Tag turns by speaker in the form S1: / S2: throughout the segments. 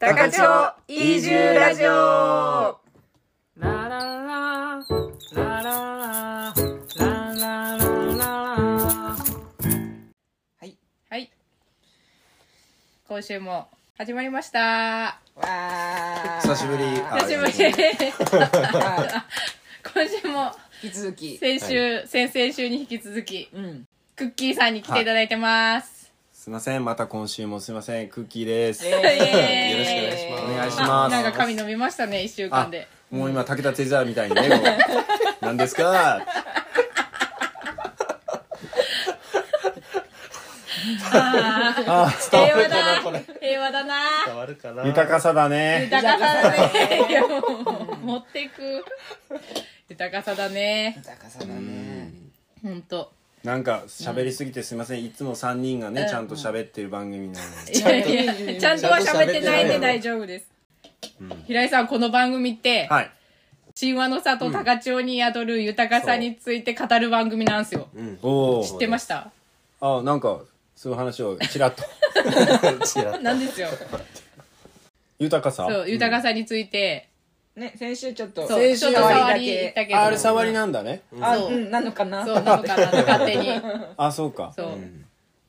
S1: 高千穂移住ラジオ
S2: ララララララララララ
S1: はい今週も始まりました
S3: わ
S4: 久しぶり
S3: あ
S1: 久しぶり
S3: は
S1: 今週も
S3: い引き続き。
S1: 先週、先々週に引き続き
S3: うん。
S1: クッキーさんに来ていただいてます、
S4: すいませんまた今週もすいませんクッキーです、
S1: エーイ
S4: よろしくお願いします
S1: あなんか髪伸びましたね1週間で
S4: もう今武田鉄矢みたい にねもう「何ですか?」
S1: あ
S4: あ
S1: ー平和
S4: なこ
S1: だ
S4: れ
S1: 平和だな
S5: わるかな
S4: 豊かさだね
S1: 豊かさだねいやもう 持ってく豊かさだね
S3: 高さだね。
S1: ほんと
S4: なんか喋りすぎてすいませんいつも3人がねちゃんと喋ってる番組なので
S1: いやいやいやちゃんとは喋ってないんで大丈夫です、平井さんこの番組って、
S4: はい
S1: 神話の里高千穂に宿る豊かさについて語る番組なんですよ、
S4: おお
S1: 知ってました
S4: あなんかそういう話を ちらっと
S1: なんですよ
S4: 豊かさ
S1: そう豊かさについて、
S3: ね、先週ちょっと。
S1: そうちょっと触
S3: だ
S1: り言っ
S3: け
S1: たけど
S4: ああれ触りなんだね、
S3: あ、
S1: そう
S3: うん、なのかな
S1: そうなのかな勝手に
S4: あそうか
S1: そ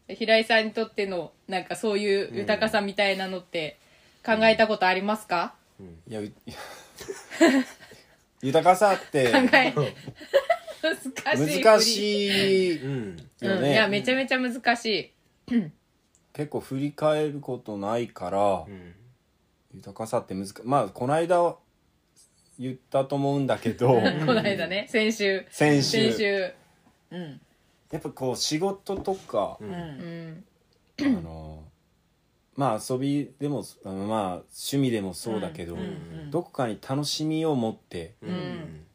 S1: う、平井さんにとってのなんかそういう豊かさみたいなのって考えたことありますか、
S4: いやう 豊かさって
S1: 考え難しい振り
S4: 難しいよ
S1: うん、いや
S4: ね、
S1: めちゃめちゃ難しい
S4: 結構振り返ることないから、豊かさって難しいまあこの間言ったと思うんだけど
S1: この間ね先週
S4: 先週
S1: 先週
S3: うん。
S4: やっぱこう仕事とか、
S3: うん。
S1: うん
S4: あのまあ遊びでもあのまあ趣味でもそうだけど、どこかに楽しみを持って、
S1: うん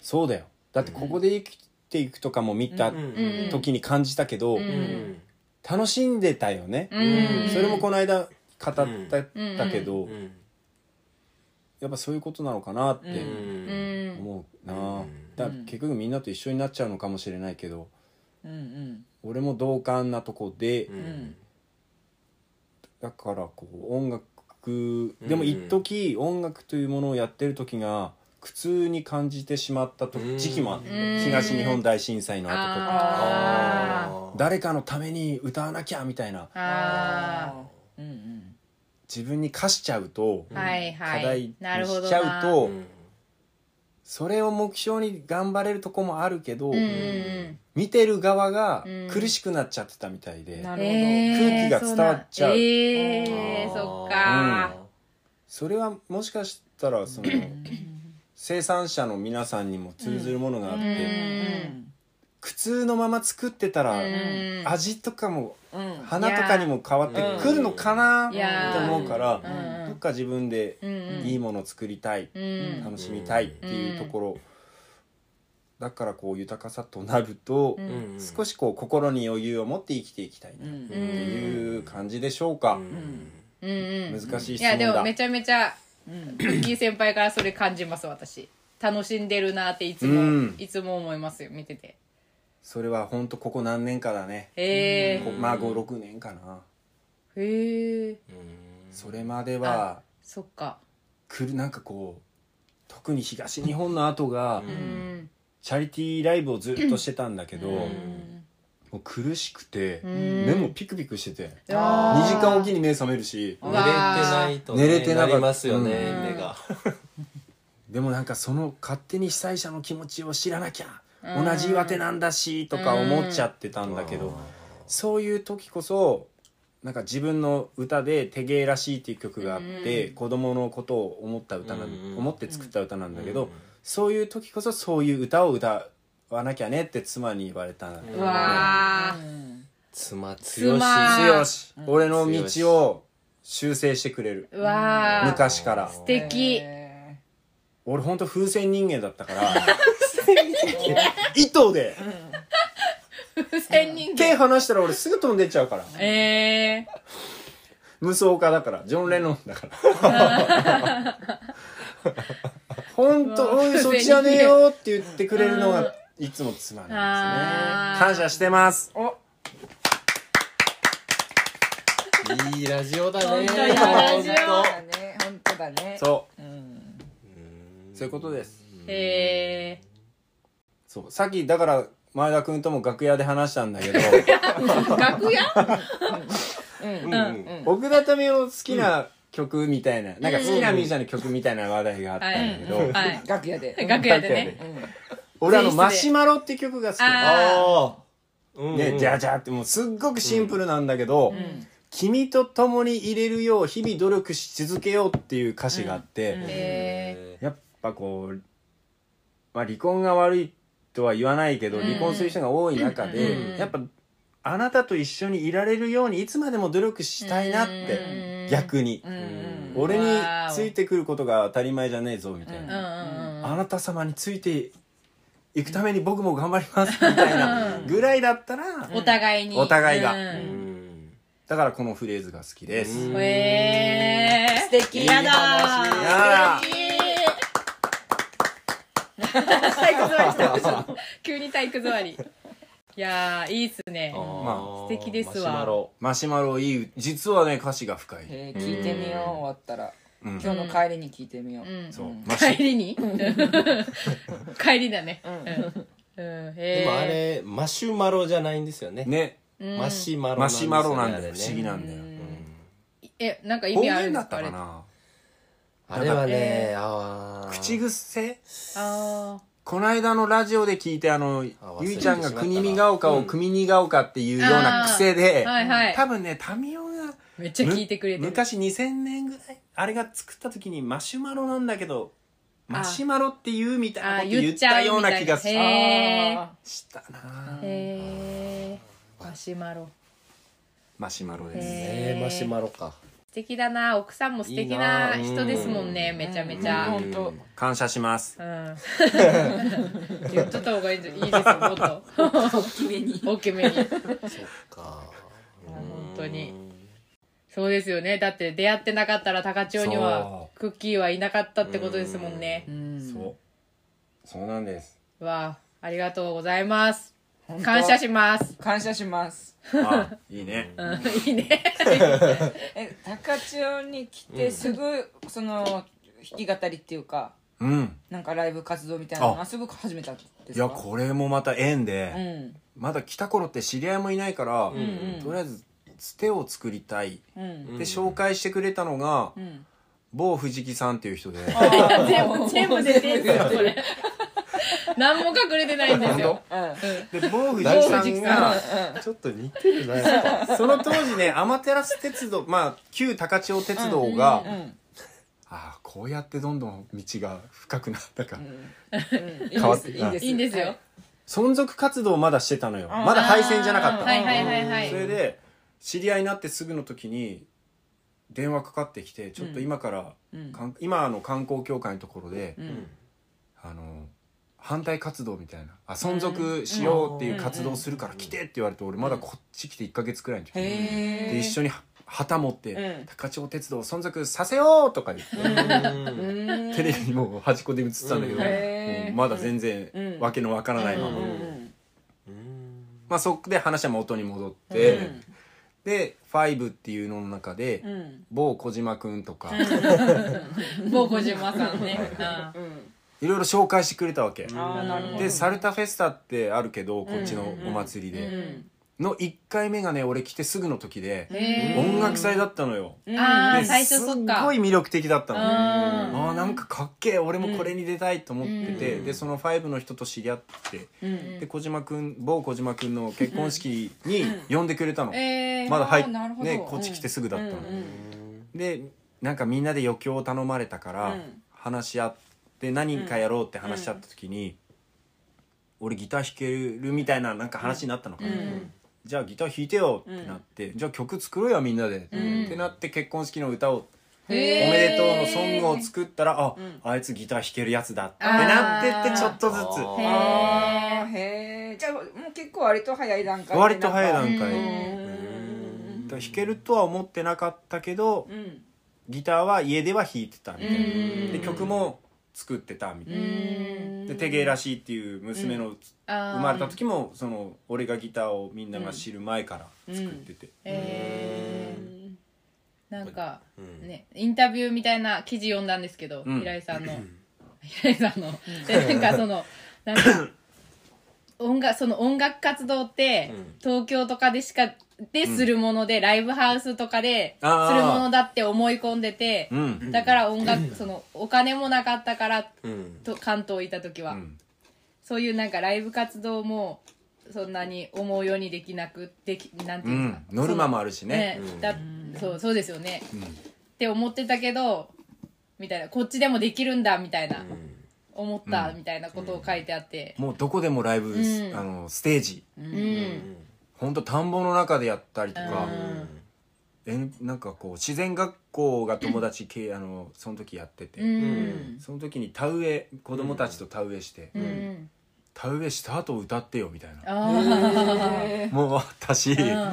S4: そうだよだってここで生きていくとかも見た
S1: うん
S4: 時に感じたけど、
S1: うん
S4: 楽しんでたよね、
S1: うん
S4: それもこの間語った,、けど、
S5: うん
S4: やっぱそういうことなのかなって、
S5: うん
S1: うん
S4: 思うなあ、
S5: うん
S4: だから結局みんなと一緒になっちゃうのかもしれないけど
S3: うん。うん。
S4: 俺も同感なとこで、
S3: うん。
S4: だからこう音楽でも一時、音楽というものをやってる時が苦痛に感じてしまったと
S5: うん
S4: 時期もあった、
S1: うん
S4: 東日本大震災の後とか
S1: あ
S4: 誰かのために歌わなきゃみたいな
S1: ーあ
S3: うん。うん。
S4: 自分に課しちゃうと、
S1: ーはい
S4: 課
S1: は
S4: 題
S1: い
S4: に
S1: なるほどな
S4: しちゃうと、
S5: うん
S4: それを目標に頑張れるとこもあるけど、
S1: うんうん
S4: 見てる側が
S1: うん
S4: 苦しくなっちゃってたみたいで。
S3: な
S1: うん
S3: るほど
S1: えー
S4: 空気が伝わっちゃう
S1: そなえーそっか
S4: それはもしかしたらその生産者の皆さんにも通ずるものがあっ
S1: う
S4: て
S1: ん
S4: 苦痛のまま作ってたら
S1: うん
S4: 味とかも
S3: うん。
S4: 花とかにも変わってくるのかなっ
S1: い
S4: て
S1: やー
S4: 思うか
S1: う
S4: ら
S1: ん
S4: どっか自分で
S1: うん
S4: いいもの作りたい
S1: うん
S4: 楽しみたいっていうところだからこう豊かさとなると
S1: うん
S5: うん
S4: 少しこう心に余裕を持って生きていきたいな
S3: う
S4: っ
S3: ん
S4: て。いう感じでしょうか
S5: う。ん
S1: うんうん
S4: 難しい質問だ
S1: いやでもめちゃめちゃ
S3: うん。
S1: ミッキー先輩からそれ感じます私楽しんでるなっていつも、
S4: うん
S1: いつも思いますよ見てて
S4: それは本当ここ何年かだね。
S1: へえ
S4: こまあ56年かな。
S1: へえ
S4: それまでは
S1: そっか
S4: 来るなんかこう特に東日本の後が
S5: うん
S1: うん
S4: チャリティーライブをずっとしてたんだけど、
S5: ん
S4: もう苦しくて、目もピクピクしてて
S1: あー
S4: 2時間おきに目覚めるし
S1: う
S5: 寝
S1: ん
S5: れてないとね
S4: 寝れてなかった
S5: りますよね
S4: うん
S5: 目が
S4: でもなんかその勝手に被災者の気持ちを知らなきゃ同じ岩手なんだしとか思っちゃってたんだけどそういう時こそなんか自分の歌で「手芸らしい」っていう曲があって子供のことを思った歌なん
S5: うん
S4: 思って作った歌なんだけどそういう時こそそういう歌を歌わなきゃねって妻に言われたの
S1: うわー
S5: 妻強
S1: 強
S5: し
S1: しあ
S4: 強し俺の道を修正してくれる
S1: うわー
S4: 昔から
S1: 素敵
S4: 俺ほんと風船人間だったから糸で
S1: 風船人間
S4: 手離したら俺すぐ飛んでっちゃうから
S1: ええ
S4: 無双家だからジョン・レノンだから本当おいそっちじゃねえよって言ってくれるのがいつも妻なんです
S1: あ
S4: ね
S1: ー
S4: 感謝してます
S3: お。
S5: いいいラジオだね
S1: 本当にラジオ
S5: 本
S3: だね本当だね
S4: そ
S3: うん
S5: 当
S4: うそういうことです
S1: へえ
S4: そうさっきだから前田君とも楽屋で話したんだけど
S1: 楽屋
S5: うん
S1: う
S5: うん
S3: ん
S4: 奥田民生の好きな曲みたいな、なんか好きなミュージシャンの曲みたいな話題があったんだけど、
S1: うんはい
S3: 楽屋で
S1: 楽屋でね
S3: うん
S4: 俺あのマシュマロって曲が好きな
S5: ああ
S4: のね、じゃじゃってもうすっごくシンプルなんだけど、君と共に入れるよう日々努力し続けようっていう歌詞があって、
S3: うん
S1: え
S4: やっぱこう、まあ、離婚が悪いとは言わないけど、
S1: うん
S4: 離婚する人が多い中で、
S5: うん
S4: やっぱあなたと一緒にいられるようにいつまでも努力したいなっ
S1: う
S4: て
S1: ん
S4: 逆に
S3: うんうん
S5: うん
S4: 俺についてくることが当たり前じゃねえぞみたい
S1: うんうんう
S4: な、
S1: ん
S4: あなた様についていくために僕も頑張りますみたいなぐらいだったら、
S1: お互いに
S4: お互いが
S1: う
S5: うんん
S4: だからこのフレーズが好きです、
S5: うん
S1: へえ
S3: 素敵
S1: やだ
S3: いい
S1: ー
S3: 話
S4: やだ
S1: 体育座りした急に体育座りいやーいいっすね
S5: あ
S1: 素敵ですわ
S5: マシュマロ
S4: マシュマロいい実はね歌詞が深い、
S3: えー聞いてみよう終わったら
S4: うん
S3: 今日の帰りに聞いてみよう
S1: うん
S4: そう
S3: うん
S4: マシ
S1: 帰りに帰りだね
S3: うん
S1: うんうん
S5: で
S1: へ
S5: もあ
S1: え
S5: れマシュマロじゃないんですよね
S4: ね
S1: うん
S5: マシュマロ
S4: マシュマロなんだよ
S5: で
S4: 不
S5: す
S4: 思
S5: ね
S4: 議な
S5: あれね
S4: んだよ
S1: えなんか意
S4: 方
S1: 味あるん
S4: 言
S1: で
S4: だ
S1: す
S4: った
S1: かあれ
S4: か
S1: あ
S4: な
S5: あれはね
S1: え
S5: あー
S4: 口癖
S1: あ
S4: この間のラジオで聞いてあの
S5: あ忘れ
S4: ゆ
S5: て
S4: いちゃんが
S5: しまったな
S4: 国見が丘を組にが丘っていうような癖で、
S1: ーはいはい
S4: 多分ね民生が
S1: めっちゃ聞いてくれて
S4: む
S1: る
S4: 昔2000年ぐらいあれが作った時にマシュマロなんだけどマシュマロっていうみたいな
S1: あ
S4: こと
S1: ー
S4: 言ったような気がし
S1: 言っちゃうみたいなへー
S3: あ
S4: したな
S1: へえマシュマロ
S4: マシュマロです、
S1: へ
S5: えーマシュマロか
S1: 素敵だな奥さんも素敵ない
S5: いな
S1: 人ですもんね
S5: うん
S1: めちゃめ
S3: ー
S1: ちゃ
S3: 本当
S4: 感謝します
S1: うん、 言っとった方がいいんじゃいいですよもっと大きめに
S5: か
S1: 本当にそうですよねだって出会ってなかったら高千代には
S4: そ
S1: クッキーはいなかったってことですもんね
S4: そうそうなんです
S1: わあありがとうございます感謝します
S3: 感謝します
S4: あいいね
S1: うんいいね
S3: え高千代に来てすぐその弾き語りっていうか
S4: うん
S3: なんかライブ活動みたいなのがすぐ始めたんですか
S4: いやこれもまた縁で、
S3: うん
S4: まだ来た頃って知り合いもいないから、
S3: うん
S4: とりあえずつてを作りたい、
S3: うん
S4: で紹介してくれたのが、
S3: ん
S4: 某藤木さんっていう人で
S1: 全部全部出てんすよこ れ何も隠れてないんですよ
S3: う
S4: で某藤木さ
S1: 某藤木
S4: ん
S1: さ
S4: が
S5: ちょっと似てるなやっぱ
S4: その当時ね天照鉄道まあ旧高千穂鉄道が、
S3: んうん
S4: ああこうやってどんどん道が深くなったか、
S3: うんいい
S4: 変わ
S3: で
S4: っ
S3: す
S4: て
S3: いいです
S1: いいんですよ
S4: 存続活動をまだしてたのよ
S3: あー
S4: まだ廃線じゃなかった、
S1: はいはいはいはい
S4: それで知り合いになってすぐの時に電話かかってきてちょっと今から、
S3: うん
S4: かん今あの観光協会のところで、
S3: うん
S4: あの反対活動みたいなあ存続しようっていう活動をするから来てって言われて俺まだこっち来て1ヶ月くらいの時
S3: へえ
S4: で一緒に旗持って、
S3: うん
S4: 高千穂鉄道を存続させようとか言って、
S5: うん
S4: テレビにもう端っこで映ってたんだけど、
S5: うん
S3: へー
S4: もうまだ全
S3: う
S4: 然
S3: ん
S4: わけのわからないまま、
S5: うん
S3: うん
S4: まあ、そこで話は元に戻って、
S3: うん
S4: で「ファイブっていうのの中で、
S3: うん
S4: 某小島くんとか、
S1: もう小島さんね
S3: う
S1: うん
S4: いろいろ紹介してくれたわけ、
S3: あーなるほど
S4: でサルタフェスタってあるけどこっちのお祭りで、の1回目がね俺来てすぐの時で
S1: んへー
S4: 音楽祭だったのよ、
S3: うん
S1: あー
S4: で
S1: 最初そっか
S4: すっごい魅力的だったの、
S1: うん
S4: あーなんかかっけえ俺もこれに出たいと思ってて、でその5の人と知り合って、
S3: うん
S4: で小島くん某小島くんの結婚式に呼んでくれたの、
S1: えー
S4: まだ入っ
S3: あーなるほど
S4: ねこっち来てすぐだったの、
S3: うんうん
S4: でなんかみんなで余興を頼まれたから、
S3: うん
S4: 話し合って何人かやろうって話し合った時に、俺ギター弾けるみたいななんか話になったのかな、
S3: ん
S4: じゃあギター弾いてよってなって、じゃあ曲作ろうよみんなで、ってなって結婚式の歌を
S1: お
S4: おめでとうのソングを作ったら、あ、あいつギター弾けるやつだってなってってちょっとずつ
S5: あー
S3: あーへえじゃあもう結構割と早い段階で
S4: 割と早い
S3: なんか
S4: 段階、
S3: うん
S4: 弾けるとは思ってなかったけど
S3: うん
S4: ギターは家では弾いてたみたいな、
S1: うん
S4: で曲も作ってたみたいな、
S3: うん
S4: で「手芸らしい」っていう娘の生
S1: 生
S4: まれた時もその俺がギターをみんなが知る前から作ってて、
S1: えなんか、
S5: うん
S1: ね、インタビューみたいな記事読んだんですけど、
S4: うん
S1: 平井さんの。 平井さんの。で、なんかその、なんか、音楽、その音楽活動って、東京とかでしか、でするもので、ライブハウスとかで、する
S4: あー
S1: ものだって思い込んでて、
S4: うん
S1: だから音楽、その、お金もなかったから、
S5: うん
S1: と関東いた時は、
S4: ん
S1: そういうなんかライブ活動もそんなに思うようにできなくできなんて
S4: う
S1: いうんですか
S4: ん、、ノルマもあるしね
S1: ね、だそうそうですよね、って思ってたけどみたいなこっちでもできるんだみたいな、思った、みたいなことを書いてあって
S4: もうどこでもライブ、
S1: うん
S4: あのステージ
S1: うん、
S4: ほんと田んぼの中でやったりとか
S1: う、
S4: えなんかこう自然学校が友達系あのその時やってて、
S1: うん
S4: その時に田植え子供たちと田植えして、
S1: うん
S4: 田植えした後歌ってよみたいな、
S1: あー
S4: もうあったし、
S1: うん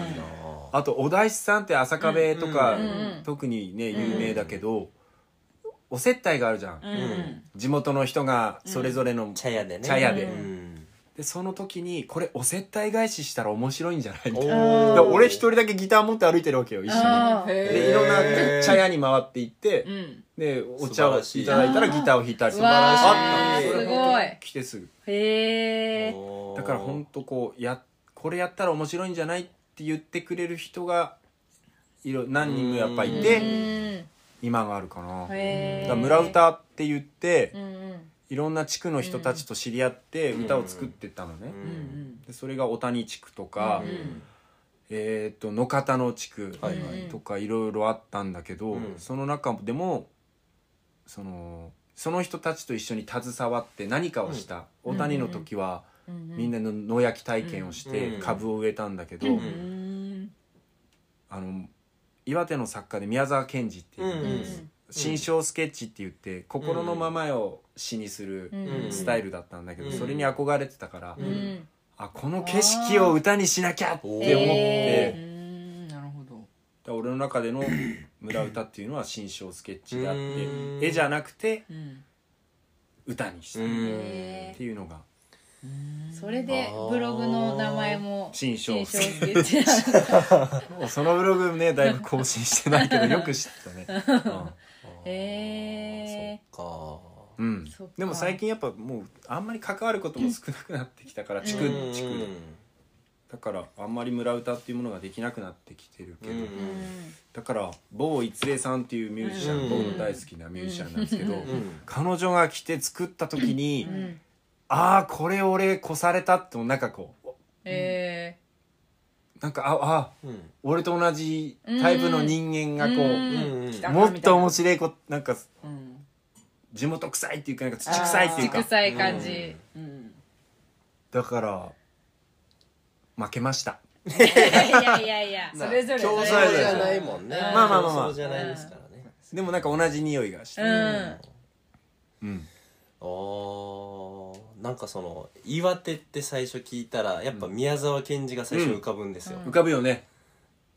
S4: あとお大師さんって朝壁とか、
S1: うんうん
S4: 特にね有名だけど、お接待があるじゃん、地元の人がそれぞれの
S5: 茶屋でね
S4: 茶屋で,、
S5: うん
S4: でその時にこれお接待返ししたら面白いんじゃないみたいな
S5: お
S4: だから
S5: ー
S4: 俺一人だけギター持って歩いてるわけよ一緒に
S1: あー
S3: へ
S4: でいろんな茶屋に回って行って、
S3: ん
S4: でお茶をい
S5: 素晴らしい
S4: ただいたらギターを弾いたり
S1: う
S4: とか
S1: わ
S5: あ
S1: ー
S5: った
S1: す
S5: ね
S1: ごい
S4: 来てすぐ
S1: へえ
S5: おー
S4: だから本当こうやこれやったら面白いんじゃないって言ってくれる人がいろ何人もやっぱい
S1: うん
S4: て
S1: へ
S4: 今があるかな、だ
S1: え
S4: から村歌って言って、
S1: うんうん
S4: いろんな地区の人たちと知り合って歌を作ってったのね、
S5: うん
S4: でそれが小谷地区とか、えー、と野方の地区
S5: はいはい
S4: とかいろいろあったんだけど、
S5: うん
S4: その中でもそのその人たちと一緒に携わって何かをした、
S1: ん
S4: 大谷の時は、
S1: うんうん
S4: みんなの野焼き体験をして、
S5: うん
S4: 株を植えたんだけど、あの岩手の作家で宮沢賢治っていう、
S5: うん
S1: うん
S4: 心象スケッチって言って心のままを詩にする
S1: うん
S4: スタイルだったんだけど、
S5: うん
S4: それに憧れてたから、
S1: う
S5: うん
S1: ん
S4: あこの景色を歌にしなきゃって思って、
S1: え
S3: うんなるほど
S4: だから俺の中での 村歌っていうのは心象スケッチであっ
S5: うん
S4: て絵じゃなくて
S3: うん
S4: 歌にし
S5: う
S4: た
S1: へ
S4: っ
S1: ー
S4: ていうのが
S1: それでブログの名前も
S4: 新
S1: 新
S4: 章
S1: 章って言ってた
S4: もうそのブログねだいぶ更新してないけどよく知ってたね、
S1: へえ
S5: そっか
S4: うんうん
S1: そっか
S4: でも最近やっぱもうあんまり関わることも少なくなってきたから地区
S5: うん
S4: 地区でだからあんまり村歌っていうものができなくなってきてるけど、
S5: うん
S4: だから某一恵さんっていうミュージシャン、
S5: うん
S4: 僕の大好きなミュージシャンなんですけど、
S5: うん
S4: 彼女が来て作った時に、
S1: うん
S4: ああこれ俺越されたってなんかこう
S1: え
S4: なんかああ
S5: うん
S4: 俺と同じタイプの人間がこう、
S1: うん
S5: うんうん
S3: 来た
S4: もっと面白いこなんか
S3: うん
S4: 地元臭いっていうかなんか土臭いってい
S1: ー
S4: うか
S1: 口臭い感じ
S3: うん
S4: だから負けました
S1: いやいやいやいや
S3: それぞれ
S5: 競争じゃないもんね
S4: まあまあまあまあ
S5: 競争じゃないですからね
S4: でもなんか同じ匂いがして、
S1: うん
S4: うん
S5: おーなんかその岩手って最初聞いたらやっぱ宮沢賢治が最初浮かぶんですよ、
S4: 浮かぶよね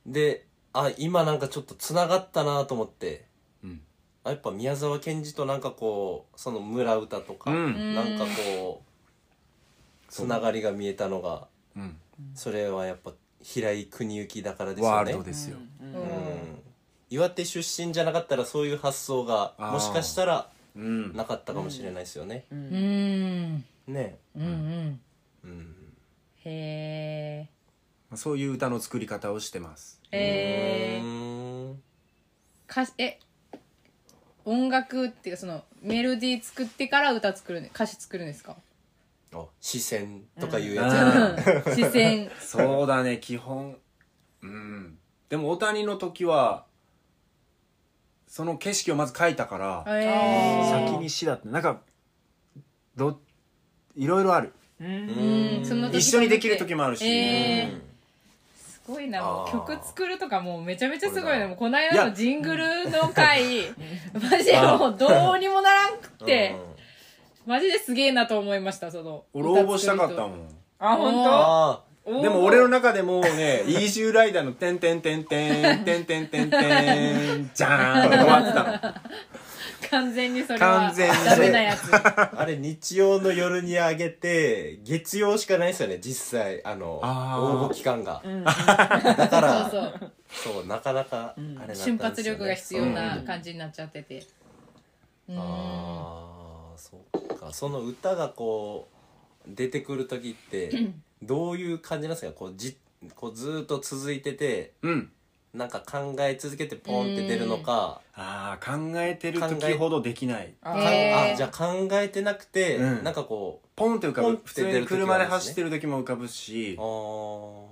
S5: であ今なんかちょっとつながったなと思って
S4: うん
S5: あやっぱ宮沢賢治となんかこうその村歌とか、
S4: うん
S5: なんかこうつながりが見えたのが
S4: うん
S5: それはやっぱ平井邦之だからですよね
S4: ワールドですよ、
S1: う
S5: うんん岩手出身じゃなかったらそういう発想が
S4: あー
S5: もしかしたら
S4: うん
S5: なかったかもしれないですよね、
S1: うん
S5: ね
S1: うんうん
S5: うん
S1: へ
S4: そういう歌の作り方をしてます
S1: ええー
S5: うーん
S1: 歌詞え音楽っていうかそのメロディー作ってから歌作るん歌詞作るんですか
S5: あ視線とかいうやつやね、
S4: あー
S1: 視線
S4: そうだね基本うんでも大谷の時はその景色をまず描いたから、
S1: え
S4: 先に死だってなんかどいろいろある
S1: ーうんその時
S4: 一緒にできる時もあるし、
S1: えーすごいなもう
S5: あー
S1: 曲作るとかもうめちゃめちゃすごい
S5: これ
S1: ね
S5: だ
S1: もうこの
S4: い
S1: 間
S4: や
S1: のジングルの回 マジでもうどうにもならんく
S5: うん
S1: て
S5: うん
S1: マジですげえなと思いましたその
S4: 俺応募したかったも
S1: ん
S4: ん
S3: あ本
S5: あ
S3: 当
S4: でも俺の中でもうね「イージューライダー」の「てんてんてんてんてんてんてんてんじゃーん」とか終わってたの
S1: 完全にそれは
S4: 完全に
S1: ダメな やつ
S5: あれ日曜の夜にあげて月曜しかないですよね実際あの
S4: あー
S5: 応募期間が
S3: うん
S5: だか
S1: そう
S5: ら
S1: そ
S5: そう
S1: う
S5: なかなかあれだったんですよ
S1: 瞬
S5: ね
S1: 発力が必要な感じになっちゃっててうん
S5: ああそっかその歌がこう出てくる時 ってどういう感じなんですかこうじこうずーっと続いてて
S4: うん
S5: なんか考え続けてポンって出るのか
S4: ああ考えてる
S5: 考え
S4: 時ほどできない
S5: か
S1: へー
S5: あじゃあ考えてなくて、
S4: うん
S5: なんかこう
S4: ポンって浮か
S5: ポンっ
S4: ぶ
S5: て
S4: 普通
S5: 出
S4: に
S5: る時は
S4: 車で
S5: あるんですね
S4: 走ってる時も浮かぶし
S5: あー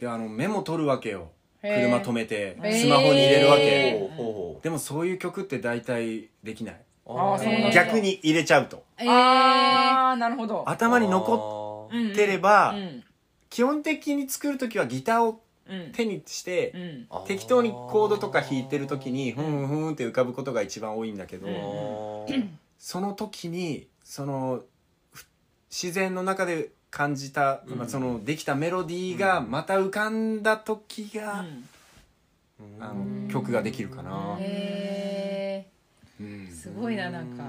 S4: であのメモ取るわけよ
S1: へー
S4: 車止めて
S1: へー
S4: スマホに入れるわ
S1: へ
S4: け
S5: ほうほ
S4: でもそういう曲って大体できない
S5: あ
S3: あーそうなん
S1: だ
S4: 逆に入れちゃうと
S1: えー
S3: あーなるほど
S4: 頭に残
S5: 残
S4: ってれ
S3: う
S4: ば
S3: ん
S4: 基本的に作る時はギターを
S3: うん
S4: 手にして
S3: うん
S4: 適当にコードとか弾いてる時にふんふんって浮かぶことが一番多いんだけど、
S3: うん
S4: その時にそのふ自然の中で感じた、
S5: うん
S4: まあそのできたメロディーがまた浮かんだ時が、あの曲ができるかな、
S1: へ
S4: うん
S1: ーすごいななんか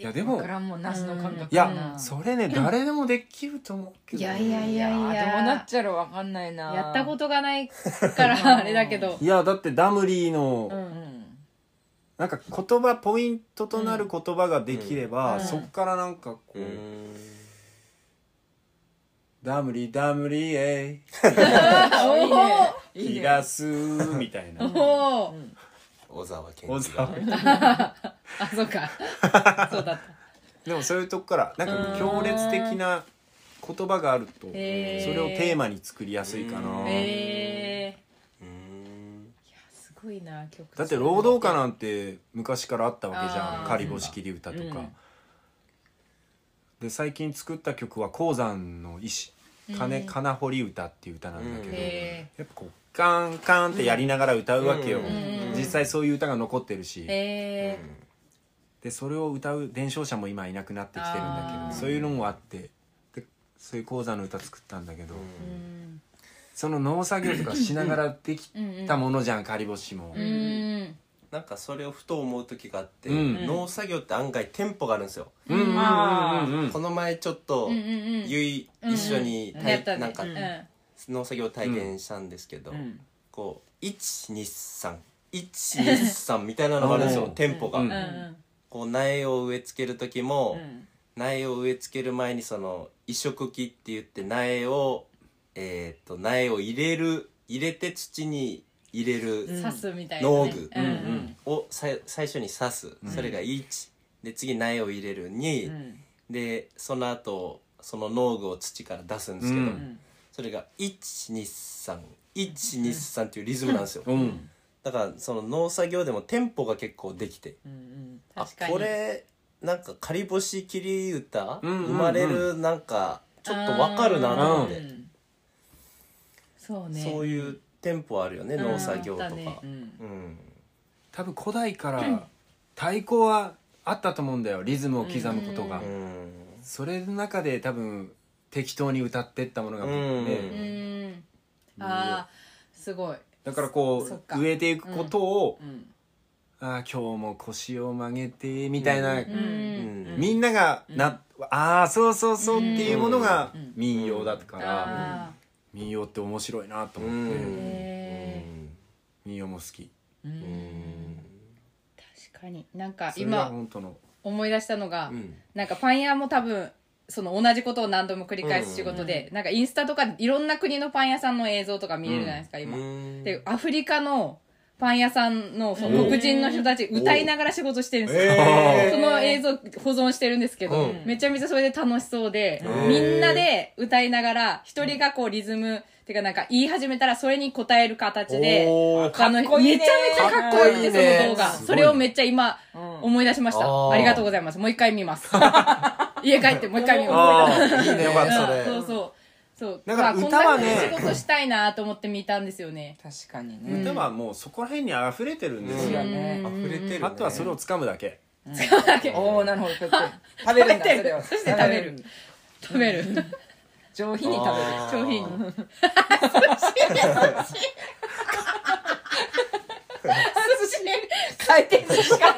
S4: いやで
S3: わ
S4: も
S3: からんもんなしの感覚
S4: い
S3: かな
S4: やそれね誰でもできると思うけど
S1: いやいやい
S3: い
S1: や
S3: や
S1: い
S3: ー
S1: や
S3: どうなっちゃろうわかんないな
S1: やったことがないから あれだけど
S4: いやだってダムリーの、
S3: うんうん
S4: なんか言葉ポイントとなる言葉ができれば、
S3: うん
S4: そっからなんかこう、
S5: うん
S4: ダムリーダムリーえ
S1: お
S3: いいね
S4: い
S3: いい
S4: イ
S3: ね
S4: ラスーみたいな
S1: おお
S5: 小沢健
S4: 小
S5: 二が
S4: 沢
S1: あそうかそうだった
S4: でもそういうとこからなんか強烈的な言葉があるとそ
S1: へー
S4: れをテーマに作りやすいかな、
S1: えー
S5: うん
S1: すごいな曲
S4: だって労働歌なんて昔からあったわけじゃ
S1: あ
S4: ん「
S1: ー
S4: 狩りし切り歌」とか、
S3: うん
S4: で最近作った曲は鉱山の医師金金堀歌っていう歌なんだけど、
S5: うん
S1: へ
S4: やっぱこうカンカンってやりながら歌うわけよ、
S5: うん
S4: 実際そういう歌が残ってるし、
S1: ーえ
S4: でそれを歌う伝承者も今いなくなってきてるんだ
S1: あ
S4: け
S1: ー
S4: どそういうのもあってでそういう鉱山の歌作ったんだけど、
S1: ーうん
S4: その農作業とかしながらでき
S1: うん
S4: たものじゃん仮干しも
S1: う、ん
S5: なんかそれをふと思う時があって、
S4: うん
S5: 農作業って案外テンポがあるんですよ、
S4: うん、うんうんうんうん
S5: この前ちょっと、
S1: うんうんうん
S5: ゆい一緒に
S1: うん
S5: 体
S1: やったね
S5: なんか、
S1: うん
S5: 農作業体験したんですけど、
S3: うん
S5: こう123123みたいなのがあるんです
S4: う
S5: よ
S4: ん
S5: テンポが、
S4: う
S1: うん
S4: ん
S1: うん
S5: こう苗を植え付ける時も、
S3: うん
S5: 苗を植え付ける前にその移植機って言って苗をえーっと苗を入れる入れて土に入れる、
S1: 刺すみたいなね
S5: 農具
S1: うん
S5: をさい最初に刺す、それが1で次苗を入れる
S3: う
S5: 2、
S3: ん
S5: でその後その農具を土から出すんですけど、
S4: うん
S3: うん
S5: それが123123っていうリズムなんですよ、
S4: うん
S5: だからその農作業でもテンポが結構できて
S3: うん
S5: あ
S1: 確かに
S5: これなんか仮干し切り歌、
S4: うんうんうん
S5: 生まれるなんかちょっとわかるなと思っ
S3: う
S5: て、
S3: ん
S1: そうね
S5: そういうテンポあるよね、
S1: うん
S5: 農作業とか、
S1: あったね
S3: うん
S5: うん
S4: 多分古代から太鼓はあったと思うんだよリズムを刻むことが、
S5: うん
S4: それの中で多分適当に歌ってったものが、ね
S5: うん
S1: うんあーすごい
S4: だからこ
S1: そっか
S4: う植えていくことを、
S3: うん
S4: ああ今日も腰を曲げてみたいな、
S5: うん
S1: う
S5: うんん
S4: みんながな、ああそうそうそうっていうものが
S3: うん
S4: 民謡だから、
S1: あ
S4: 民謡って面白いなと
S5: う
S4: 思っ
S1: ー
S4: て、
S5: ん
S1: へー
S4: 民謡も好き
S3: う
S5: うんん
S1: 確かになんか
S4: それが
S1: 今
S4: 本当の
S1: 思い出したのが
S5: うん
S1: なんかパン屋も多分その同じことを何度も繰り返す仕事でなんかインスタとかでいろんな国のパン屋さんの映像とか見れるじゃないですか今
S5: うん
S1: でアフリカのパン屋さんのその黒人の人たち歌いながら仕事してるんですよ、
S5: えー
S1: その映像保存してるんですけど、
S5: うん
S1: めちゃめちゃそれで楽しそうで、
S5: うん
S1: みんなで歌いながら一人がこうリズムっていうかなんか言い始めたらそれに応える形で
S5: おー
S1: あの
S3: かっこいいね
S1: めちゃめちゃかっこよくて
S4: かっこいいね
S1: その動画
S4: すごい
S1: それをめっちゃ今
S3: うん
S1: 思い出しました、
S5: あー
S1: ありがとうございますもう一回見ます家帰ってもう一回見ます
S4: ああいいねよかっ
S1: う
S4: た
S1: ん
S4: そ
S1: そ
S4: れ
S1: うそうそう
S4: だから
S1: まあ
S4: 歌は
S1: こん
S4: ね
S1: な風に仕事したいなと思って見たんですよね
S3: 確かに
S1: うん
S3: ね
S4: 歌はもうそこら辺に溢れてるんですよ、
S3: うんね
S5: 溢れてるね
S4: あとはそれを掴むだけ
S3: おおなるほどこうやって食べるんだそれを
S1: そして食べる食べる
S3: 上品に食べる
S5: あー
S1: 商品
S3: 寿司回転寿司か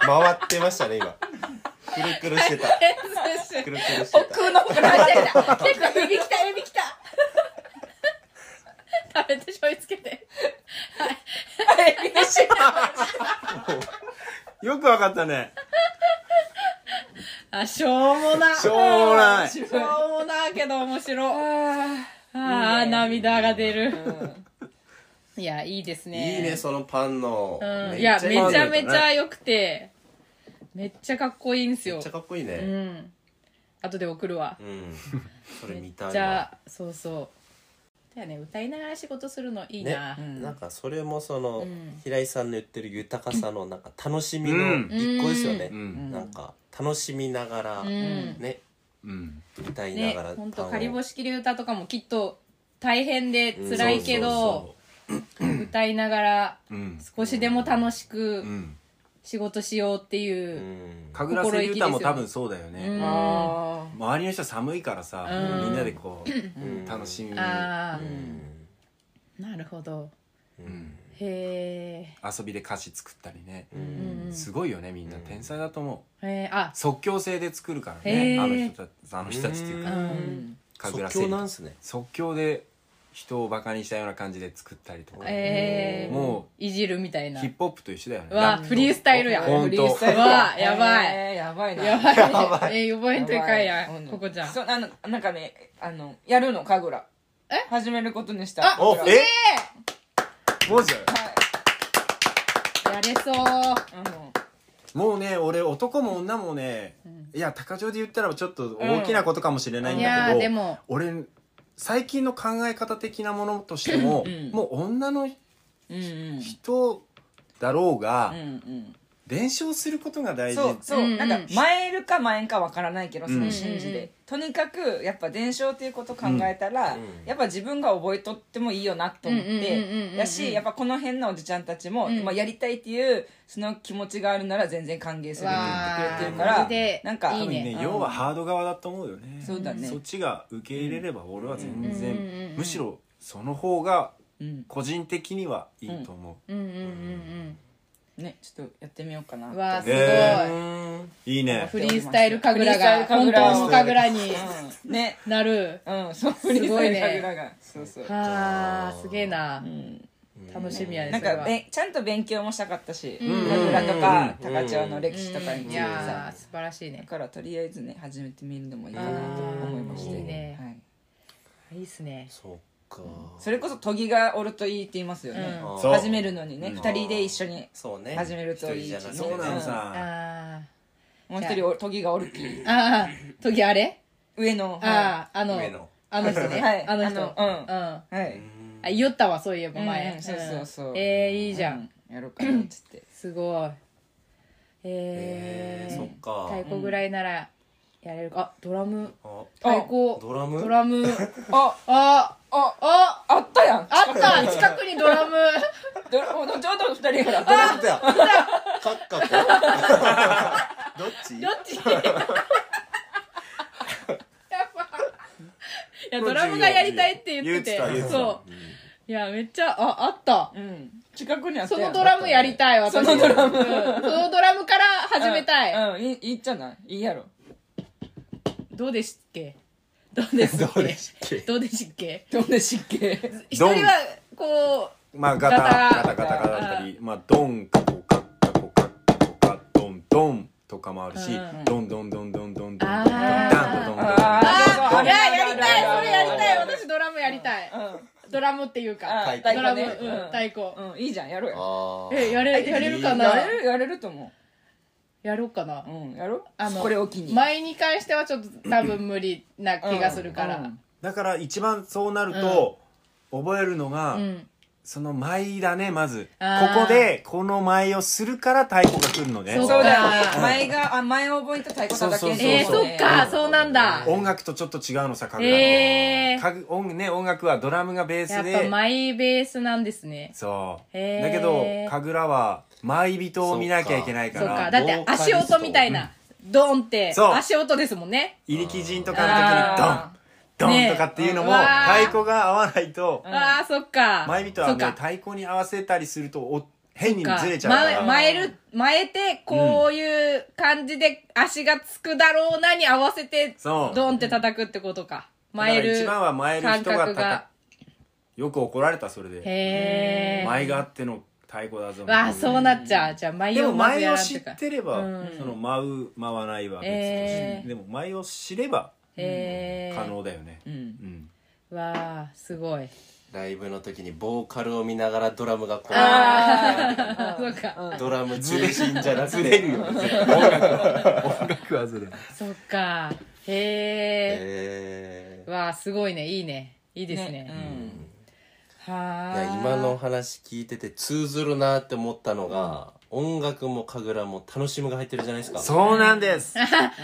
S5: 回ってましたね今くるく るしてたくるくるしてた
S3: 空の方から入ってきた
S1: 結構エビきたエビきた食べて醤油つけて
S3: エビの汁
S4: よくわかったね
S1: あしょうもな
S4: しょうもない
S1: しょうもなけど面白い
S3: あ
S1: ああ涙が出る
S3: ーうん
S1: いやいいですね
S5: いいねそのパンの
S1: うんいやめちゃめちゃ良くてめっちゃかっこいいんです
S5: め
S1: よ
S5: っちゃかっこいいうね
S1: ん後で送るわ
S5: うんそれ見た
S1: じ
S5: いわ
S1: ゃあそうそうだよね歌いながら仕事するのいいな、
S5: ねなんかそれもその、
S1: うん
S5: 平井さんの言ってる豊かさのなんか楽しみ
S4: う
S5: の
S4: ん
S5: 一個ですよね、
S4: うん
S5: なんか楽しみながら、
S1: うん
S5: ね
S4: うん
S5: 歌いな
S1: ね
S5: がら、
S1: ほん
S5: パン
S1: と
S5: を
S1: 仮干し切り歌とかもきっと大変で
S5: うん
S1: 辛いけど、歌いながら
S4: うん
S1: 少しでも楽し
S4: う
S1: く
S4: ん
S1: 仕事しようって
S5: そうそうそうう
S1: いうん
S4: 神楽瀬歌も多分そうだよ
S1: うん
S4: ね
S3: あ
S4: 周りの人寒いからさ
S1: うん
S4: みんなでこう
S5: うん
S4: 楽しみに
S1: ああ
S5: うん
S1: なるほど
S5: うん
S1: へ
S4: 遊びで歌詞作ったりね
S5: う
S1: え、うんん、
S4: すごいよねみんな
S5: うん
S4: 天才だと思う
S1: へえあ
S4: 即興性で作るから
S1: へ
S4: ね
S1: ー
S4: あの人たちあの人たちっていう
S1: う
S4: か
S1: ん、
S4: 神楽
S5: 即興
S4: 瀬
S5: なんすね
S4: 即興で人をバカにしたような感じで作ったりとか
S1: ええ
S4: も
S1: いじるみたいな
S4: ヒップホップと一緒だよね
S1: うわ
S4: ラップ
S1: フリースタイルや
S4: ほ
S1: や
S4: ん
S3: ー
S4: と
S3: フリースタイル
S1: うわやばい
S3: えー やばいな
S1: ばいやばいえ予防
S3: や
S1: 編
S3: ば
S1: というかいや
S3: うん
S1: ここじゃん
S3: そうあのなんかねあのやるの神楽
S1: え
S3: 始めることにした
S1: あ
S5: お
S3: 神楽
S5: え
S4: もうじゃ
S3: はい
S1: やれそう
S3: あの
S4: もうね俺男も女もねいや高城で言ったらちょっと大きなことかもしれないん
S1: い
S4: だ
S1: や
S4: け
S1: ー
S4: ど
S1: でも
S4: 俺最近の考え方的なものとしても、
S3: ん
S4: もう女の
S3: うんうん
S4: 人だろうが、
S3: うん
S4: 伝承することが
S3: う
S4: 大
S3: ん、
S4: 事
S3: そうそう、
S1: うんうん
S3: なんか前るか前んかわからないけどその信
S1: うん
S3: じ
S1: うん
S3: で、
S1: うん
S3: とにかくやっぱ伝承っていうこと考えたら、
S5: うんうん
S3: やっぱ自分が覚えとってもいいよなと思っ
S1: うんうんうんうんうん
S3: てやしやっぱこの辺のおじちゃんたちも、
S1: うん
S3: まあ、やりたいっていうその気持ちがあるなら全然歓迎するって言ってくれてるか
S1: わーマ
S3: ら
S1: ジで
S3: なんか
S1: いい
S4: 多分ね
S1: ね
S4: 要はハード側だと思うよね
S3: そうだね
S4: っちが受け入れれば俺は全然、
S1: うんうんうん
S4: むしろその方が
S3: うん
S4: 個人的にはいいと思
S1: うんうんうん
S3: ねちょっとやってみようかな
S1: う
S3: っ
S1: ん
S3: て
S1: うわーす
S4: ね
S1: ご
S5: う
S1: い
S5: ん
S4: う、いいね
S1: フリースタイル神楽が
S3: フ
S1: 本
S3: リースタイル神楽
S1: 当の神楽に
S3: うんね
S1: なる
S3: うんそうフ
S1: いね
S3: リースタイル神楽がそうそう、
S1: はあすげえな
S3: うん
S1: 楽しみやね
S3: なん
S1: それ
S3: か
S1: は
S3: べちゃんと勉強もしたかったし
S1: ん
S3: 神楽とか
S5: うん
S3: 高千穂の歴史とかにつ
S1: い
S3: いてさ
S1: やー素晴らしい
S3: だ
S1: ね
S3: からとりあえずね始めてみるのもいいかなと思いまして
S1: いいね
S3: はい、
S1: いいっすね
S5: そっか
S3: それこそ研ぎがおるといいって言いますよね、
S1: う
S5: あー
S4: そう
S3: 始めるのにね、
S4: うん
S3: 二人で一緒に
S5: そうね
S3: 始めるといい
S5: 一人じゃなくて
S4: そうなのさ、
S1: あ
S3: もう一人お研ぎがおるき
S1: ーあー時あれ
S3: 上のは
S1: あああの
S5: 上の
S1: あの人ね、
S3: はい
S1: あの人
S3: あ
S1: うん
S3: のうん
S1: あ
S3: い、はい
S1: 言ったわそういえば前、
S3: うんそうそうそうん
S1: えー、いいじゃん、
S3: うんやろうかなっつって
S1: すごいえ
S5: え
S1: ー、
S5: ーそっか
S1: 太鼓ぐらいならやれるかあドラム
S5: あ
S1: 太鼓
S5: ドラム
S1: ドラム
S3: あ
S1: あ
S3: あ
S1: あ
S3: あったやん
S1: あった近くにドラム
S3: どほどちょうど二人ほら
S5: ド ラムだカッカッカ どっち
S1: どっちやばいいやドラムがやりたいって言って
S4: 言って
S1: て
S4: た
S1: そう
S5: うん
S1: ういやめっちゃああった
S3: うん近くにあった
S1: そ
S3: や
S1: の
S3: ん
S1: ドラムやりたい私
S3: そのドラム
S1: うんそのドラムから始めたい、
S3: うん、うんいいいいじゃないいいやろ
S1: どうでしたっけどうですっ
S5: どうでしたっ
S1: け
S5: け
S1: どうでしたっけ
S3: どんな湿気
S1: 一人はこ
S4: まあガタ
S1: ガタ
S4: ガタガタガタだったり、まあドンカコカッカコカッカコカドンドンとかもある
S1: う
S4: し、
S1: ん
S4: ドンドンドンドンドンドンドン
S1: あ
S4: ダン
S1: ー
S4: とドンドン
S3: あ
S1: う
S3: ー
S1: あいややりたいそれやりたい
S3: あるある
S1: 私ドラムやりたい
S3: うん
S1: ドラムっていうか
S5: 太
S1: ド
S5: 鼓
S1: ラム
S3: ね
S1: うん太鼓
S3: うんうんいいじゃんやろうよ
S5: あー
S1: えやれやれるかな
S3: やれるやれると思
S1: やろうかな
S3: ううんやろ
S1: あの
S3: これを機に
S1: 前に関してはちょっと多分無理な
S3: うん
S1: 気がするから
S3: うん
S4: だから一番そうなると、覚えるのが、
S1: うん
S4: その舞だねまずこ
S1: あー
S4: こでこの舞をするから太鼓が来るのね
S1: そう
S3: そうだよ
S1: う
S3: ね
S1: ん
S3: 前があ前覚えた太鼓叩けんと
S1: えー
S4: そう
S1: そっかそうなんだ
S4: 音楽とちょっと違うのさ神楽の、
S1: えー
S4: かぐ音ね、音楽はドラムがベー
S1: や
S4: ス
S1: っぱ
S4: で
S1: マイベースなんですね
S4: そう、
S1: へー
S4: だけど神楽は舞人を見なきゃいけないか
S1: そう
S4: ら
S1: かだって足音みたいなドンって
S4: そう
S1: 足音ですもんね
S4: 入り基人とか
S3: あ
S4: の時に
S1: ね
S4: ドンドンとかっていうのも
S1: うわー
S4: 太鼓が合わないと
S1: あーそっか
S4: 舞人
S1: そっ
S4: はね
S1: か
S4: 太鼓に合わせたりするとお変にずれちゃうか
S1: 前
S4: ら
S1: 前る前てこういう感じで足がつくだろうなに合わせて
S4: そう
S1: ドンって叩くってことか
S4: だから
S1: 前る
S4: 一番は前る
S1: 感
S4: 人が
S1: 覚
S4: 叩
S1: が
S4: よく怒られたそれで
S1: へえ
S4: 前があっての太鼓だぞみたいな
S1: わあそうなっちゃうじゃあ前
S4: で
S1: を
S4: も
S1: まず
S4: 前
S1: や
S4: を
S1: らん
S4: 知
S1: と
S4: っ
S1: か
S4: てれば、
S1: うん
S4: その舞う舞わないは別として、
S1: えー
S4: でも前を知れば
S1: へえ
S4: 可能だよね、
S3: うん
S4: うん
S1: わあすごい
S5: ライブの時にボーカルを見ながらドラムがこう
S1: ああ そうか
S5: ドラムずれしんじゃなく
S4: ず
S5: て
S4: れるよね音楽はずれる
S1: そっかへ
S5: え
S1: えわあすごいねいいねいいですね
S3: ね
S1: はあ
S5: ーいや今の話聞いてて通ずるなって思ったのが、音楽も神楽も楽しむが入ってるじゃないですか
S4: そうな んです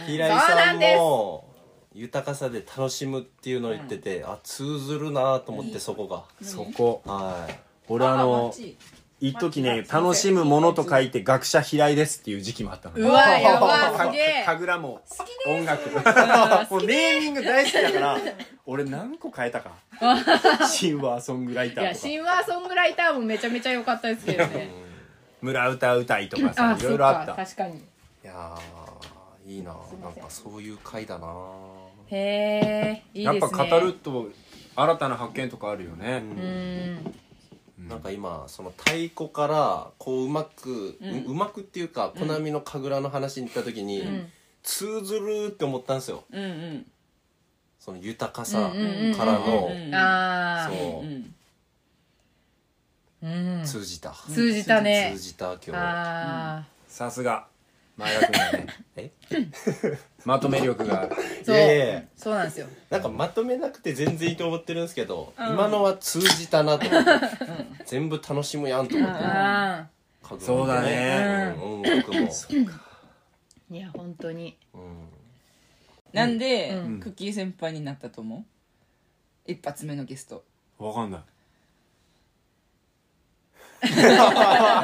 S5: 平井さんも豊かさで楽しむっていうのを言ってて、あ通ずるなと思ってそこが、
S4: そこ
S5: はい
S4: 俺あの一時ね楽しむものと書いて学者平井ですっていう時期もあったの
S1: うわやば
S4: か
S1: すげえ
S4: かぐらも音楽もうネーミング大好きだから俺何個変えたかシンワーソングライタ
S1: いや
S4: ーと
S1: シ
S4: か
S1: ンガーソングライターもめちゃめちゃ良かったですけどね
S4: 村歌歌いとか
S1: あ
S4: さ
S1: あ
S4: い
S1: そ
S4: ろ
S1: っ
S4: いろあっ
S1: か
S4: た
S1: 確かに
S5: いやーいいななんかそういう回だな
S1: へえいいです
S4: やっ
S1: ね
S4: ぱ語ると新たな発見とかあるよね、
S1: うん
S5: なんか今その太鼓からこううまく、ううまくっていうかコナミの神楽の話に行った時に、通ずるって思ったんですよ
S3: うんうん
S5: その豊かさ
S1: うんうんうん
S5: からの
S3: うん
S1: ああ
S5: そううん
S1: うん
S5: 通じた
S1: 通じたね
S5: 通じた今
S1: あ
S4: さすが前田君だ ね
S5: え
S4: まとめ力がある
S1: あ
S5: 日
S1: そう
S5: いやいや
S1: そうなんですよ
S5: なんかまとめなくて全然いいと思ってるんですけど、今のは通じたなと思って、全部楽しむやんと思って、
S1: あ
S5: 家族
S4: そうだね
S5: うん、音楽も、
S1: あいや本当に
S5: うん、
S3: なんで、
S1: うん
S3: クッキー先輩になったと思う一発目のゲスト
S4: わかんない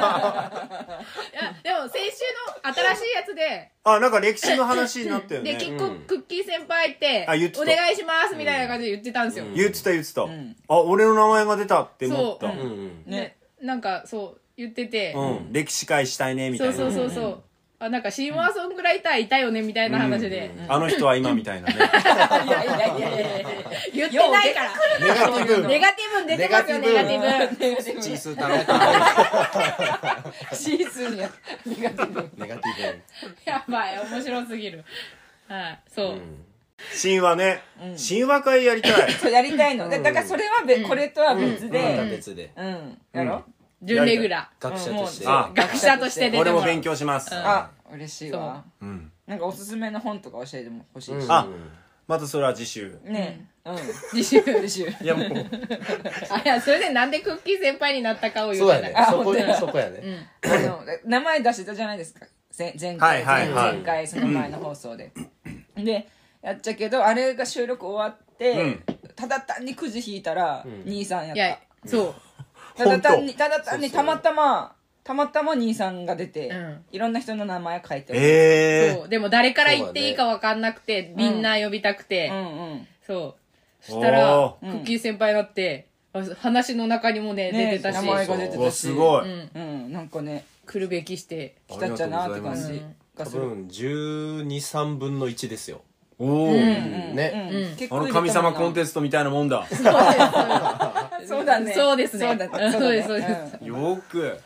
S1: いやでも先週の新しいやつで
S4: あなんか歴史の話になったよ
S1: で
S4: ね
S1: 結
S5: う
S1: 構
S5: ん
S1: クッキー先輩って
S4: あ言ってた
S1: お願いしますみたいな感じで言ってたんですよ
S5: うん
S4: 言ってた言ってた、
S3: ん
S4: あ俺の名前が出たって思ったう、
S1: そ
S5: うんん、
S1: ねなんかそう言ってて
S4: うん歴史会したいねみたい
S1: そう
S4: な
S1: そうそうそうあなんかシンガーソングライターいたよねみたいな話で
S4: あの人は今みたいなね
S3: いやいやいやいやいや
S1: 言ってないから
S4: ネガティブ
S1: ネガティブに出てますよネ
S5: ネ
S1: ガ
S5: ガ
S1: ティ
S5: テ
S1: ブ
S4: チース頼むか
S3: シーズンや苦手で
S5: ネガテ ィ
S1: やばい面白すぎるはいそう
S5: ブ、うん、
S4: 神話ね、神話会やりたい
S3: そうやりたいのだだからそれはべ、これとは別
S5: また
S3: で
S5: 別で、
S3: うん、やろ、
S1: 準レギュラ
S5: 学者として、
S4: うんもうあ
S1: ー学者として出ても
S4: 俺
S1: らう
S4: も勉強します、
S3: あ嬉しいわ
S4: うん、
S3: なんかおすすめの本とか教えてもほしいし、
S4: あまたそれは次週
S3: ねうん
S1: 自習
S3: 嬉しい
S4: いやもう
S1: あいやそれでなんでクッキー先輩になったかを言
S5: そううや
S1: て
S5: ね
S1: ない
S5: そこそこやね、
S3: あの名前出してたじゃないですか前前回、
S4: はいはいはい
S3: 前回その前の放送で、でやっちゃけどあれが収録終わって、ただ単にくじ引いたら、兄さんやっ
S1: い
S3: た
S1: やそう
S3: ただ単に
S4: 本
S3: ただ単にたまたまたまたま兄さんが出て、
S1: うん
S3: いろんな人の名前書いてある
S4: ええ
S1: そうでも誰から言っていいか分かんなくて、みんな呼びたくて、
S3: うんうん
S1: そうそしたら
S4: お
S1: クッキー先輩になって、あ話の中にもね
S3: ね
S1: 出てたし
S3: 名前が出て
S4: ー、
S3: た
S4: うわすごい、
S3: うんなんかね
S1: 来るべきして
S3: 来たっちゃなって感
S4: あり
S3: じが
S5: 多
S3: する、
S5: 分1 2三分の1ですよ、
S4: おお、
S5: ね、
S3: うん結
S4: あ
S3: 構
S4: の
S3: 入れたも
S4: 神様
S3: んな
S4: コンテストみたいなもんだ
S3: そうだね
S1: そうですね
S3: そうだね
S1: そうですそうです
S4: よーく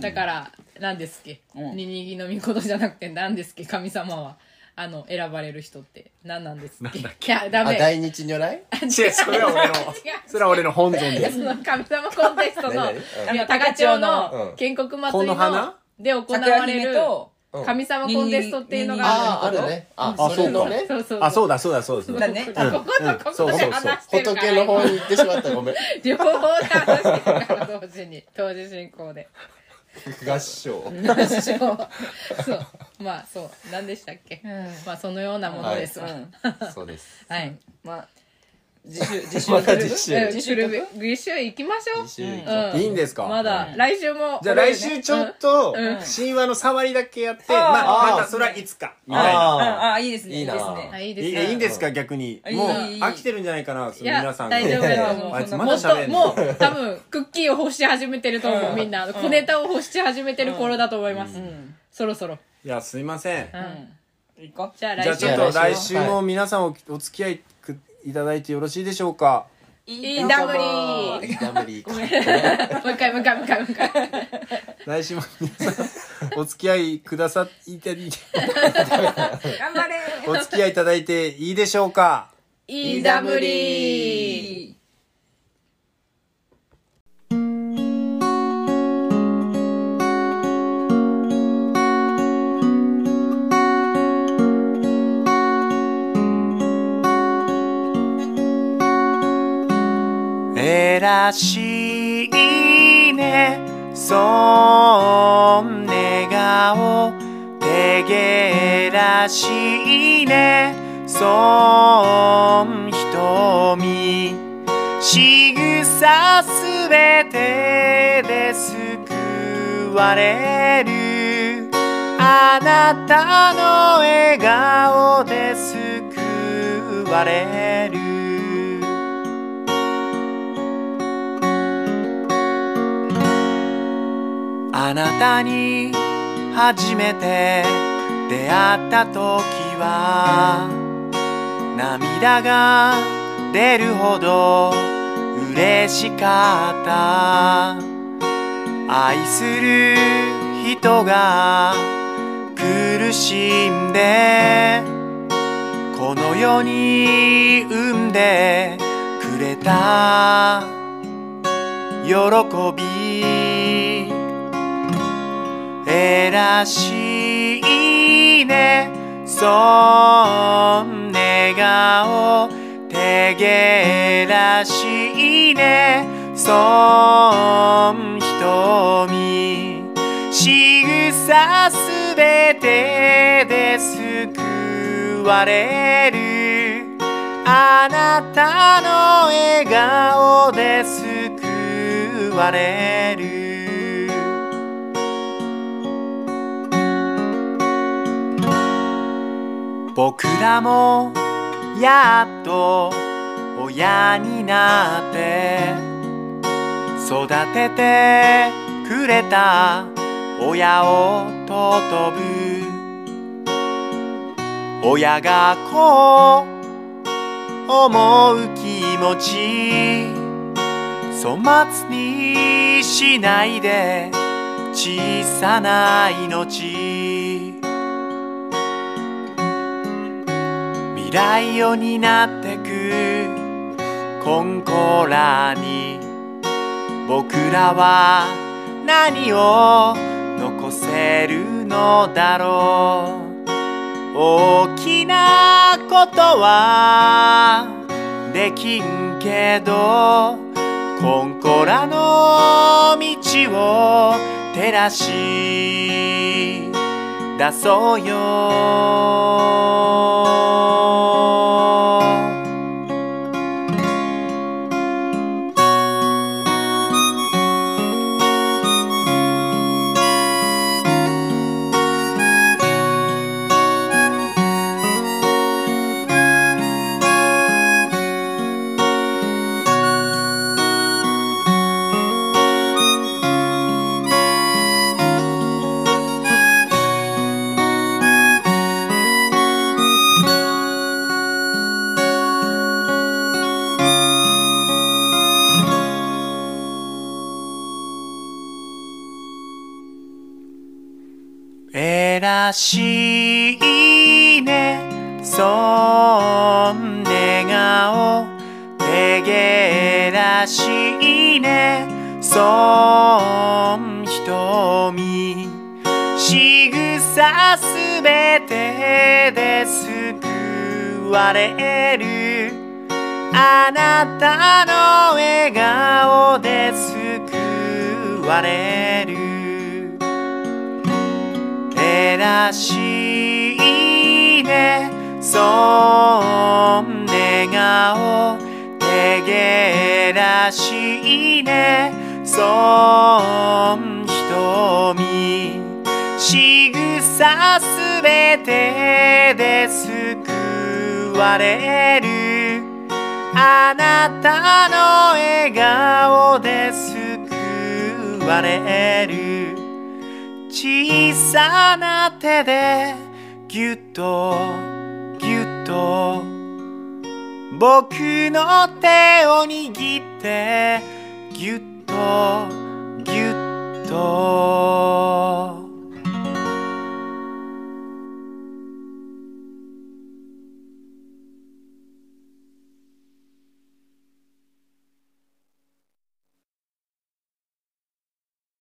S1: だから何ですっけ、ににぎのみことじゃなくて何ですっけ神様はあの選ばれる人って何なんですっけいやダ
S5: あ
S1: メ
S5: 大日如来
S4: 違うそれは俺のそれは俺の本尊で
S1: その神様コンテストの
S5: 何
S1: いや高千穂の
S5: うん
S1: 建国祭
S4: こ
S1: り
S4: の
S1: の
S4: 花
S1: で行わ
S3: 桜
S1: れ
S3: 姫
S1: る
S3: と
S1: 神様コンテストっていうの
S5: あ
S1: が
S5: あ
S1: あ
S5: あ
S1: る
S5: るねあ
S4: あ
S5: それのね
S1: そうそう
S4: あそううだそうだそうだそうだ
S3: だね
S1: こことここで話してるから
S5: 仏の方に行ってしまったごめん
S1: 両方で話してるから同時に同時進行 で
S5: 合唱
S1: そうそうまあそう何でしたっけまあそのようなものですわ
S3: うん
S5: そうです
S1: はい
S3: まあ自習自習
S5: まだ
S3: する
S5: 自習
S1: うん
S3: 自習得
S1: 自習行きましょう
S5: 自習行こ
S1: うん
S4: いいんですか
S1: まだ、来週も
S4: じゃあ来週ちょっ
S1: う
S4: と
S1: ん
S4: 神話の触りだけやって、
S3: うん
S4: ま
S5: あ
S4: あ、
S5: ー
S4: またそれはいつかみ
S5: う
S4: たいな
S3: うん
S5: あ
S3: あいいですね
S5: いいな
S3: です
S1: あ
S3: ね
S1: いい
S4: い
S1: です
S4: い
S1: ね
S4: いいんですか逆に
S3: いい
S4: もう
S3: いい
S4: 飽きてるんじゃないかなそ
S1: い
S4: の
S1: や
S4: 皆さんが
S1: 大丈夫だと思う
S4: あいつまだ
S1: もっ
S4: 喋
S1: と
S4: れん
S1: も
S4: の
S1: う多分クッキーを欲し始めてると思う、
S3: うん
S1: みんな
S3: うん
S1: 小ネタを欲し始めてる頃だと思います、
S3: うん
S1: そろそろ、
S4: いやすいません
S1: うん
S3: 行こう
S1: じゃあ来
S4: じゃあ
S1: 週
S4: ちょっと
S5: 来
S4: 来週も皆さんおお付き合いくいただいてよろしいでしょうか
S1: いいダブリー
S5: うダブリー行こう
S1: もう一回もう一回もう一回もう一回
S4: 来週も皆さんお付き合いくださいて
S3: 頑張れ
S4: お付き合いいただいていいでしょうか
S1: いいダブリー
S4: 偉しいねそん寝顔てげらしいねそん瞳仕草すべてで救われるあなたの笑顔で救われるあなたに初めて出会った時は涙が出るほど嬉しかった愛する人が苦しんでこの世に産んでくれた喜び偉しいねそん寝顔てげらしいねそん瞳仕草すべてで救われるあなたの笑顔で救われる僕らもやっと親になって育ててくれた親を尊ぶ親がこう思う気持ち粗末にしないで小さな命未来を担ってくコンコラに僕らは何を残せるのだろう大きなことはできんけどコンコラの道を照らし出そうよ偉しいねそん寝顔てげらしいねそん瞳仕草すべてで救われるあなたの笑顔で救われるらしいねそん寝顔らしいねそん瞳仕草すべてで救われるあなたの笑顔で救われる小さな手でぎゅっとぎゅっと僕の手を握ってぎゅっとぎゅっと